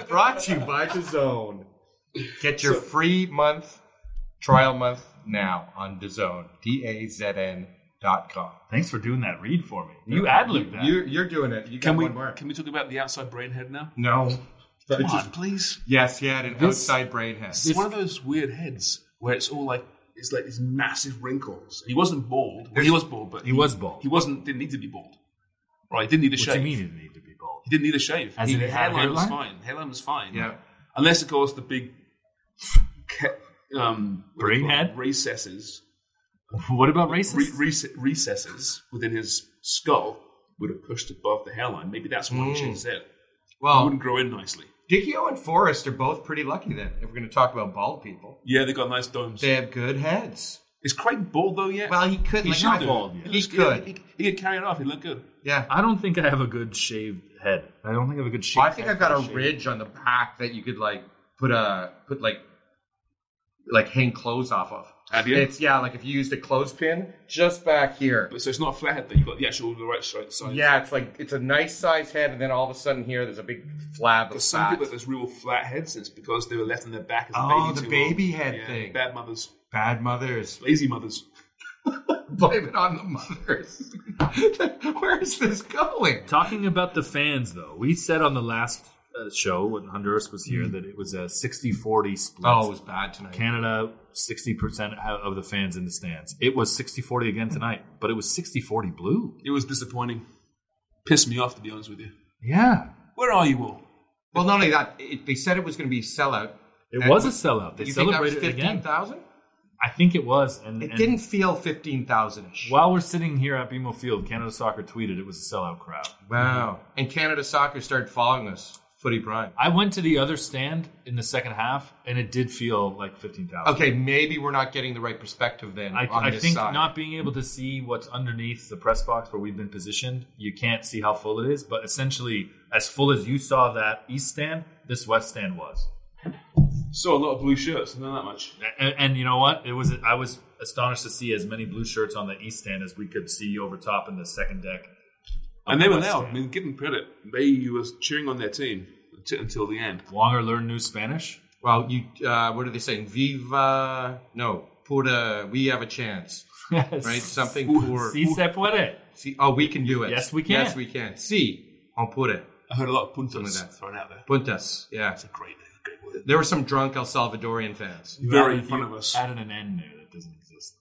S4: brought to you by the zone. Get your free month trial month now on DAZN. D A Z N dot com.
S3: Thanks for doing that read for me. You ad libbed that.
S4: You're, you're doing it. You got
S2: Can we
S4: one more.
S2: can we talk about the outside brain head now?
S4: no.
S2: Come on, please.
S4: Yes, he had an
S3: This-
S4: outside brain head.
S2: It's one of those weird heads where it's all like it's like these massive wrinkles. He wasn't bald. Well, he was bald, but
S3: he was bald.
S2: He wasn't. Didn't need to be bald. Right? Didn't need a
S3: what
S2: shave.
S3: do you mean it need to be bold?
S2: He didn't need a shave.
S3: As
S2: he,
S3: in he had
S2: hairline was
S3: hairline?
S2: fine. Hairline was fine.
S4: Yeah.
S2: Unless of course the big ca- um, what do you
S3: Brain
S2: call it?
S3: head?
S2: recesses
S3: What about racism?
S2: re- rec- recesses within his skull would have pushed above the hairline. Maybe that's why he shaved his head. It
S4: Hmm. Well,
S2: wouldn't grow in nicely.
S4: Dickio and Forrest are both pretty lucky then. If we're going to talk about bald people,
S2: Yeah, they got nice domes.
S4: they have good heads.
S2: Is Craig bald though yet?
S4: Well, he could.
S2: He
S4: like,
S2: should
S4: I-
S2: do.
S3: bald yet.
S4: He
S2: looks-
S4: could.
S2: He, he could carry it off. He looked good.
S4: yeah.
S3: I don't think I have a good shaved head. I don't think I have a good shaved.
S4: Well, I think
S3: head
S4: I've got
S3: for
S4: a
S3: shave.
S4: ridge on the back that you could like put a put like like hang clothes off of.
S2: Have you?
S4: It's yeah, like if you used a clothespin just back here.
S2: But so it's not a flathead though. You've got the actual the right si- size.
S4: Yeah, it's like it's a nice size head, and then all of a sudden here, there's a big flab of
S2: Because some
S4: fat.
S2: people have those real flat heads. It's because they were left on their back as a
S4: Oh,
S2: baby.
S4: the
S2: too
S4: baby
S2: long.
S4: head
S2: Yeah,
S4: thing.
S2: Bad mothers,
S4: Bad mothers.
S2: lazy mothers.
S4: Blame it on the mothers. Where is this going?
S3: Talking about the fans, though, we said on the last uh, show when Honduras was here that it was a 60-40 split.
S4: Oh, it was bad tonight.
S3: Canada, 60% ha- of the fans in the stands. It was 60-40 again tonight, but it was 60-40 blue.
S2: It was disappointing. Pissed me off to be honest with you.
S3: Yeah.
S2: Where are you all?
S4: well, not only that, it, they said it was going to be sellout.
S3: It
S4: And
S3: was a sellout. They
S4: you think that was
S3: celebrated it again.
S4: fifteen thousand?
S3: I think it was. And,
S4: It
S3: and
S4: didn't feel 15,000 ish.
S3: While we're sitting here at BMO Field, Canada Soccer tweeted it was a sellout crowd.
S4: Wow. And Canada Soccer started following us. Footy Prime.
S3: I went to the other stand in the second half, and it did feel like fifteen thousand.
S4: Okay, maybe we're not getting the right perspective then
S3: I,
S4: on
S3: I
S4: this
S3: think
S4: side.
S3: not being able to see what's underneath the press box where we've been positioned, you can't see how full it is. But essentially, as full as you saw that east stand, this west stand was.
S2: Saw a lot of blue shirts, not that much.
S3: And, and you know what? It was I was astonished to see as many blue shirts on the east stand as we could see over top in the second deck.
S2: And they were
S3: West
S2: loud. I
S3: Ham.
S2: mean, give them credit. They were cheering on their team t- until the end.
S3: Longer learn new Spanish.
S4: Well, you, uh, what are they saying? Viva, no, pura, we have a chance, right? Something poor.
S3: Si se puede.
S4: See, oh, we can do it.
S3: Yes, we can.
S4: Yes, we can. Si, on pura,
S2: I heard a lot of puntas
S4: Something like that.
S2: thrown out there.
S4: puntas, yeah.
S2: It's a great, great word.
S4: There were some drunk El Salvadorian fans.
S3: You
S2: Very Uh,
S3: added-
S2: in front
S3: you
S2: of us.
S3: Added an N there that doesn't exist.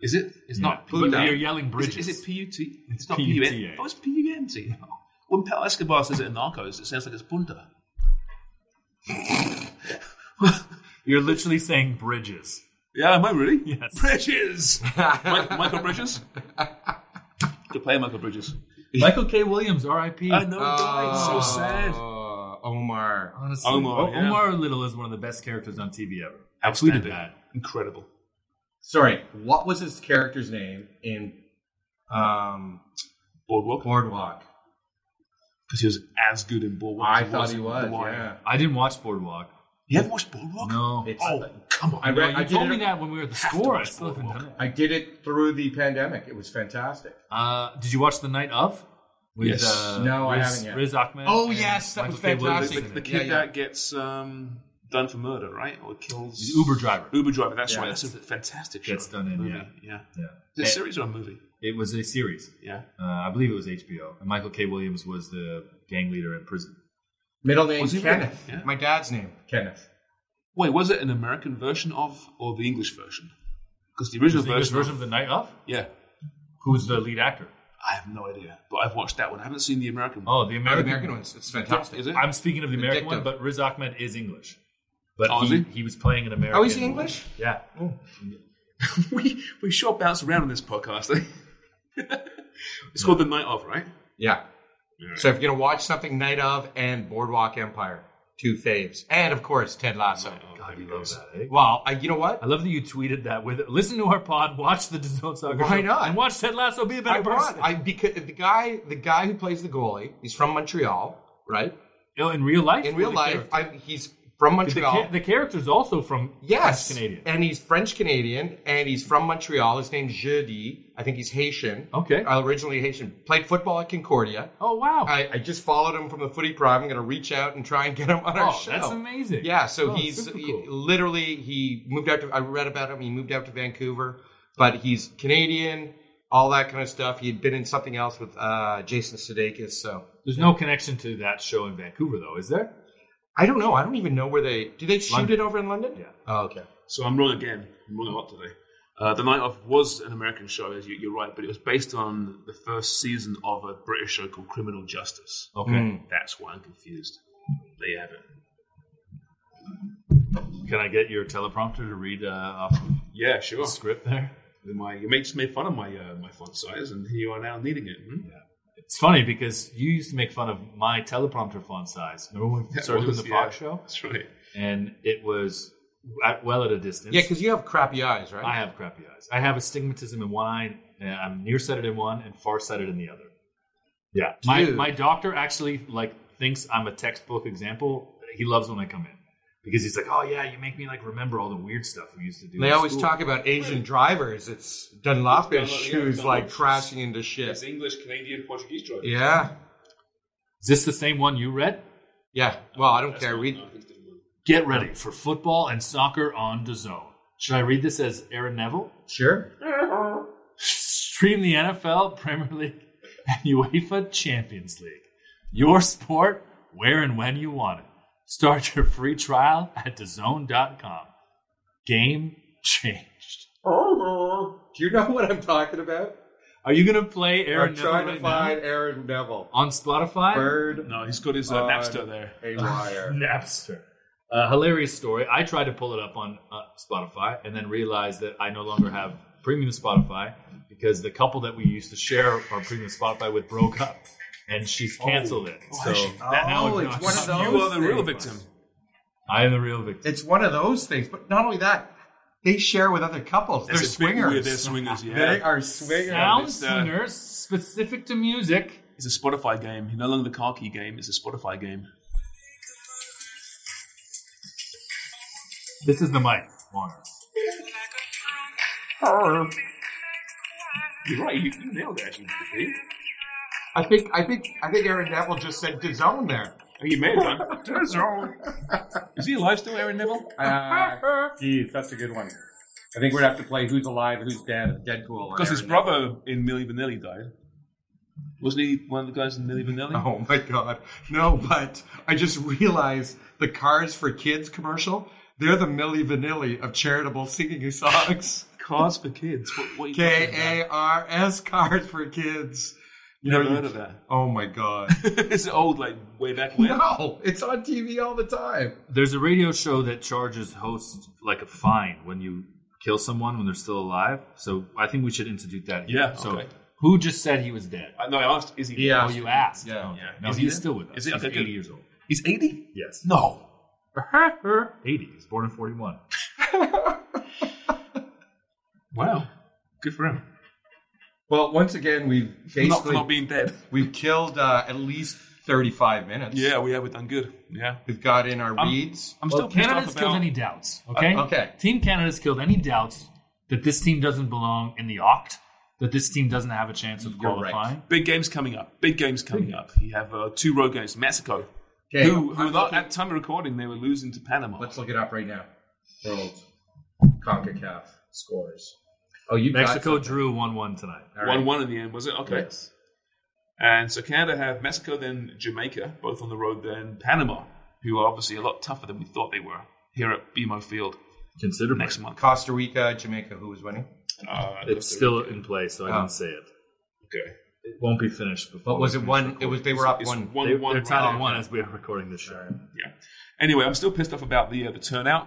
S2: Is it? It's not.
S3: But
S4: Puta.
S3: you're yelling
S2: Is
S3: bridges.
S2: it, is it PUT?
S3: It's
S2: not
S3: PUTA.
S2: PUN. Oh, it's PUNT. When Pal Escobar says it in Narcos, it sounds like it's punta.
S3: You're literally saying bridges.
S2: Yeah, am I really?
S3: Yes.
S2: Bridges! Mi- Michael Bridges? Good player, Michael Bridges.
S3: Michael K. Williams, R.I.P.
S2: I know, died. So sad.
S4: Uh, Oh, Omar.
S3: Honestly,
S2: Omar,
S3: O-
S2: Oh, yeah.
S3: Omar Little is one of the best characters on TV ever. I
S2: Outstanding.
S3: tweeted that.
S2: Incredible.
S4: Sorry, what was his character's name in um,
S2: Boardwalk.
S4: Boardwalk?
S2: Because he was as good in Boardwalk.
S4: I
S2: as
S4: thought he
S2: in
S4: was.
S2: The Wire.
S4: Yeah.
S3: I didn't watch Boardwalk.
S2: You haven't watched Boardwalk?
S3: No,
S4: It's-
S2: Oh, come on.
S4: I
S3: No,
S4: read.
S3: you
S4: I did
S3: told
S4: it-
S3: me that when we were at the
S2: Have to
S3: store. I
S2: watch
S3: still haven't
S2: Boardwalk.
S3: done it.
S4: I did it through the pandemic. It was fantastic.
S3: Uh, did you watch the night of? With,
S2: Yes.
S3: uh,
S4: No, I
S3: Riz,
S4: haven't yet.
S3: Riz Ahmed.
S4: Oh,
S3: and
S4: yes, that
S3: Michael
S4: was
S3: K. Williams
S2: The,
S4: fantastic.
S3: in
S2: the
S3: it.
S2: kid
S4: Yeah, yeah.
S2: that gets um, done for murder, right? Or kills.
S3: The Uber driver.
S2: Uber driver, that's
S4: Yeah.
S2: right. That's a fantastic show.
S3: Gets done in,
S2: movie.
S3: yeah.
S2: yeah.
S3: Yeah.
S2: Is it a
S3: Eh.
S2: series or a movie?
S3: It was a series.
S2: Yeah.
S3: Uh, I believe it was HBO. And Michael K. Williams was the gang leader in prison.
S4: Middle name
S2: Was he
S4: Kenneth.
S2: really? Yeah.
S4: My dad's name Kenneth.
S2: Wait, was it an American version of or the English version? Because the original
S3: Was the English
S2: version, of-
S3: version of the night of?
S2: yeah,
S3: Who's the lead actor?
S2: I have no idea, but I've watched that one. I haven't seen the American one.
S3: Oh, the American,
S4: American ones. It's fantastic.
S2: is it?
S3: I'm speaking of the American one,
S4: Addictive.
S3: but Riz Ahmed is English. But
S2: Oh, is
S3: he,
S2: he?
S3: he was playing an American.
S4: Oh, is he English? Oh.
S3: Yeah.
S2: we we sure bounce around on this podcast. eh? it's called the Night of, right?
S4: Yeah. So if you're gonna watch something, Night of and Boardwalk Empire, two faves, and of course Ted Lasso.
S3: God, you love that, eh?
S4: Well, I, you know
S3: I
S4: what?
S3: love that you tweeted that with listen to our pod, watch the Dissolve Soccer.
S4: Why
S3: Show,
S4: not?
S3: And watch Ted Lasso be a better
S4: I
S3: person.
S4: want I because the guy the guy who plays the goalie, he's from Montreal, right?
S3: You know, in real life.
S4: In real
S3: the
S4: life,
S3: character-
S4: I, he's from
S3: the,
S4: Montreal.
S3: cha- the character's also from E.
S4: Yes,
S3: French Canadian.
S4: and he's French Canadian, and he's from Montreal. His name's Jeudi. I think he's Haitian.
S3: Okay.
S4: Uh, originally Haitian. Played football at Concordia.
S3: oh wow.
S4: I, I just followed him from the footy prime. I'm going to reach out and try and get him on our
S3: oh,
S4: show.
S3: that's amazing.
S4: Yeah, so
S3: Oh,
S4: he's
S3: super
S4: he-
S3: cool.
S4: literally he moved out to. I read about him. He moved out to Vancouver, but he's Canadian, all that kind of stuff. He had been in something else with uh, Jason Sudeikis. So
S3: There's no connection to that show in Vancouver though, is there?
S4: I don't know. I don't even know where they do they shoot
S3: London.
S4: it over in London.
S3: Yeah.
S4: Oh, okay.
S2: So I'm wrong again. I'm wrong a lot today. Uh, the Night of was an American show, as you, you're right, but it was based on the first season of a British show called Criminal Justice.
S3: Okay.
S2: That's why I'm confused. There you have it.
S3: Can I get your teleprompter to read uh, off of
S2: Yeah, sure.
S3: the script there?
S2: My, you make, made fun of my uh, my font size, and here you are now needing it. Hmm?
S3: It's funny because you used to make fun of my teleprompter font size. Remember when we
S2: That
S3: started
S2: was-
S3: doing the
S2: yeah,
S3: Fox show?
S2: That's right.
S3: And it was at, well at a distance.
S4: Yeah, because you have crappy eyes, right?
S3: I have crappy eyes. I have astigmatism in one eye, and I'm nearsighted in one and farsighted in the other. Yeah. My,
S4: Dude.
S3: my doctor actually like thinks I'm a textbook example. He loves when I come in because he's like, oh, yeah, you make me like remember all the weird stuff we used to do.
S4: They
S3: in
S4: always
S3: school."
S4: talk about Asian drivers. It's Dunlop's
S2: Dunlop- yeah,
S4: shoes like
S2: Dunlop's.
S4: crashing into shit.
S2: English, Canadian, Portuguese driver.
S4: Yeah,
S3: Is this the same one you read?
S4: yeah. Well, I don't care. We
S3: Get ready for football and soccer on the zone. Should I read this as Aaron Neville?
S4: sure.
S3: Stream the NFL, Premier League, and UEFA Champions League. Your sport, where and when you want it. Start your free trial at DAZN.com. Game changed.
S2: Uh-huh.
S4: Oh, do you know what I'm talking about?
S3: Are you going to play Aaron
S4: I'm
S3: Neville
S4: trying to
S3: right
S4: find
S3: now?
S4: Aaron Neville.
S3: on Spotify?
S4: Bird
S2: No, he's got his uh,
S4: Uh,
S2: Napster there.
S4: haywire.
S3: Napster. A hilarious story. I tried to pull it up on uh, Spotify and then realized that I no longer have premium Spotify because the couple that we used to share our premium Spotify with broke up and she's
S2: Oh.
S3: canceled it. So that now
S4: Oh,
S3: it's
S4: it's
S3: not-
S4: one of those
S2: You are the real
S4: things.
S2: victim.
S3: I am the real victim.
S4: It's one of those things. But not only that, they share with other couples. They're
S2: It's a bit weird,
S4: swingers.
S2: They're swingers, yeah.
S4: They are swingers.
S3: Sounds
S2: it's, uh,
S3: sooner specific to music.
S2: It's a Spotify game. No longer the car key game. It's a Spotify game.
S3: This is the mic, Warner.
S2: You're right. You, you nailed it, actually. Steve.
S4: I think I think I think Aaron Neville just said to zone there.
S2: Oh, You may have done. Is he alive still, Aaron Neville?
S4: Uh, geez, that's a good one. I think we'd have to play who's alive, who's dead, Deadpool.
S2: Because his brother in Milli Vanilli died. Wasn't he one of the guys in Milli Vanilli?
S4: Oh my god. No, but I just realized the Cars for Kids commercial, they're the Milli Vanilli of charitable singing songs.
S2: Cars for Kids. What, what are you talking about?
S4: K A R S Cars for Kids. You
S2: Never heard of that.
S4: Oh my god.
S2: it's old, like way back when.
S4: no, it's on TV all the time.
S3: There's a radio show that charges hosts like a fine when you kill someone when they're still alive. So I think we should institute that. here.
S2: Yeah,
S3: So
S2: okay.
S3: who just said he was dead?
S2: I, Uh, no, I asked, is he?
S4: Yeah.
S3: Oh, you asked.
S4: Yeah.
S3: Okay.
S2: Yeah.
S3: No,
S2: Is he
S3: he's
S2: there?
S3: still with us.
S2: Is he?
S3: He's
S2: Okay,
S3: 80
S2: good.
S3: years old.
S2: He's 80?
S3: Yes.
S2: No.
S3: 80. He's born in 41.
S2: Wow. Good for him.
S4: Well, once again, we've
S2: Not for
S4: basically
S2: not being dead.
S4: we've killed uh, at least thirty-five minutes.
S2: Yeah, we have we've done good. Yeah.
S4: we've got in our weeds.
S2: I'm
S3: Well,
S2: still pissed
S3: Canada's
S2: off
S3: killed
S2: about. Uh,
S3: any doubts. Okay.
S4: okay.
S3: Team Canada's killed any doubts that this team doesn't belong in the Oct. That this team doesn't have a chance of
S4: You're right.
S3: qualifying.
S2: Big games coming up. Big games coming up. You have uh, two road games. Mexico.
S4: Okay,
S2: who, who
S4: I'm
S2: lo-
S4: looking-
S2: at time of recording, they were losing to Panama.
S4: Let's look it up right now. World Concacaf scores. Oh, you
S3: Mexico drew one-one tonight.
S4: All right.
S2: One one in the end, was it? Okay.
S4: Yes.
S2: And so Canada have Mexico, then Jamaica, both on the road, then Panama, who are obviously a lot tougher than we thought they were here at BMO Field
S3: Consider
S2: next month.
S4: Costa Rica, Jamaica. Who was winning?
S2: Uh,
S3: It's still in play, so I
S4: Oh.
S3: didn't say it.
S2: okay.
S3: It won't be finished before.
S4: What was
S3: we
S4: it?
S3: finish
S4: One. It
S3: recording.
S4: was. They were up
S2: It's
S4: one.
S2: one
S3: They,
S2: one.
S3: are
S2: right
S3: tied
S2: now.
S3: at one as we are recording this show.
S2: Yeah. Anyway, I'm still pissed off about the uh, the turnout.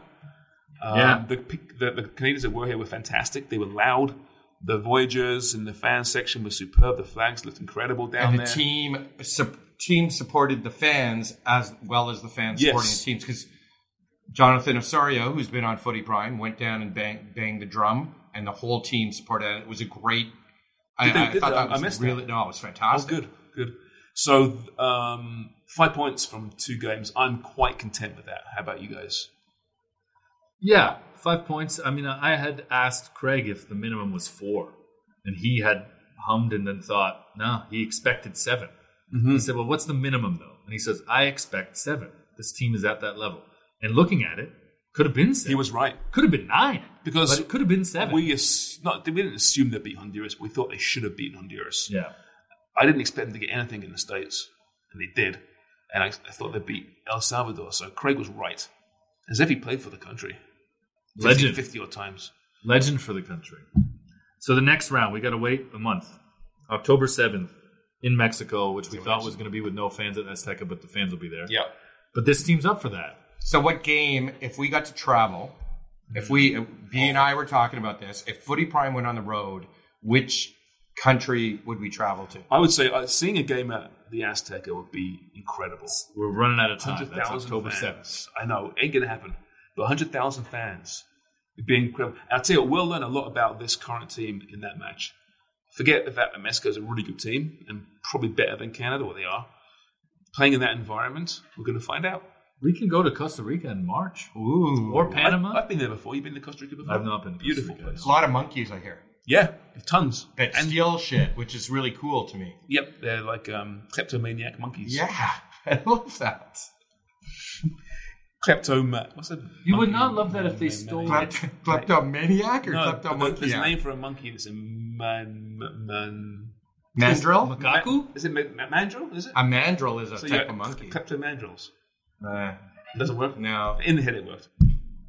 S2: Um,
S3: Yeah.
S2: The, pe- the the Canadians that were here were fantastic. They were loud. The Voyagers and the fan section was superb. The flags looked incredible down
S4: And the
S2: there.
S4: team sup- team supported the fans as well as the fans
S2: Yes.
S4: supporting the teams because Jonathan Osorio, who's been on Footy Prime, went down and bang banged the drum, and the whole team supported it. It was a great. I,
S2: Did they-
S4: I
S2: did
S4: thought
S2: they?
S4: that
S2: I
S4: was
S2: missed
S4: really
S2: that.
S4: no, it was
S2: Oh,
S4: fantastic.
S2: good, good. So um, five points from two games. I'm quite content with that. How about you guys?
S3: Yeah, five points. I mean, I had asked Craig if the minimum was four, and he had hummed and then thought, no, he expected 7
S2: Mm-hmm.
S3: He said, well, what's the minimum though? And he says, I expect seven. This team is at that level. And looking at it, could have been seven.
S2: He was right
S3: could have been nine,
S2: because
S3: but it could have been seven.
S2: we ass- not we didn't assume they beat Honduras. But we thought they should have beaten Honduras.
S3: yeah.
S2: I didn't expect them to get anything in the states, and they did. And I, I thought they beat El Salvador. So Craig was right, as if he played for the country. 50
S3: Legend.
S2: fifty odd times.
S3: Legend for the country. So the next round, we got to wait a month. October 7th in Mexico, which we thought was going to be with no fans at Azteca, but the fans will be there.
S2: Yeah,
S3: But this team's up for that.
S4: So, what game? If we got to travel, if we
S2: Mm-hmm.
S4: B and I were talking about this, if Footy Prime went on the road, which country would we travel to?
S2: I would say uh, seeing a game at the Azteca would be incredible.
S3: We're running out of time. That's
S2: 100,000
S3: October
S2: fans.
S3: 7th.
S2: I know, ain't gonna happen. But 100,000 fans would be incredible. And I'll tell you, what, we'll learn a lot about this current team in that match. Forget the fact that Mexico's a really good team and probably better than Canada, or they are. Playing in that environment, we're gonna find out.
S3: We can go to Costa Rica in March
S4: Ooh,
S3: or
S2: I've-
S3: Panama.
S2: I've, been there before. You've been to Costa Rica before?
S3: I've not been to Costa
S2: Beautiful
S3: Rica,
S2: place.
S4: a lot of monkeys I hear
S2: Yeah, tons.
S4: that steal shit, which is really cool to me.
S2: Yep, they're like um, kleptomaniac monkeys.
S4: Yeah, I love that.
S2: Kleptoma. What's that?
S3: you would
S2: monkey?
S3: not love that if they stole it.
S4: Klept- kleptomaniac or
S2: No, but there's a name
S4: kleptomaniac?
S2: for a monkey that's a man, man,
S4: Mandrill?
S3: Kaku?
S2: Is it ma- ma- mandrill? Is it?
S4: A mandrill is a
S2: So
S4: type
S2: yeah,
S4: of monkey.
S2: Kleptomandrils.
S4: Uh,
S2: Doesn't work.
S4: no.
S2: In the head, it worked.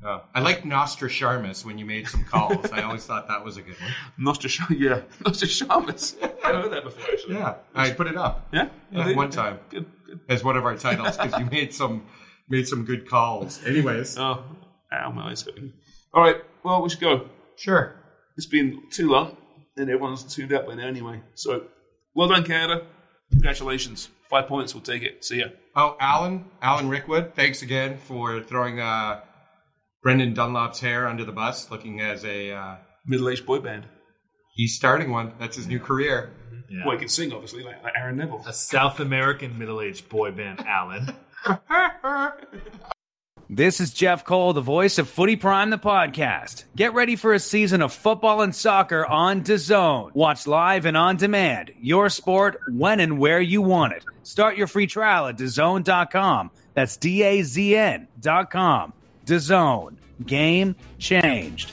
S4: no. I like Nostrasharmus when you made some calls. I always thought that was a good one.
S2: Nostradamus. Yeah. Nostradamus. I heard that before, actually.
S4: Yeah, I put it up
S2: Yeah.
S4: Yeah,
S2: I think-
S4: one time.
S2: Good. good.
S4: as one of our titles because you made some made some good calls. Anyways,
S2: Oh, ow, my eyes hurting. All right, well, we should go.
S4: sure.
S2: It's been too long, and everyone's tuned out by now anyway. So, well done, Canada. Congratulations. Five points, we'll take it. See ya.
S4: Oh, Alan, Alan Rickwood, thanks again for throwing uh, Brendan Dunlop's hair under the bus, looking as a uh,
S2: Middle aged boy band.
S4: he's starting one. That's his new career.
S3: Yeah.
S2: Well, he can sing, obviously, like, like Aaron Neville.
S3: A South American middle aged boy band, Alan.
S1: This is Jeff Cole, the voice of Footy Prime, the podcast. Get ready for a season of football and soccer on DAZN. Watch live and on demand, your sport when and where you want it. Start your free trial at DAZN.com. That's D-A-Z-N dot com. DAZN. Game changed.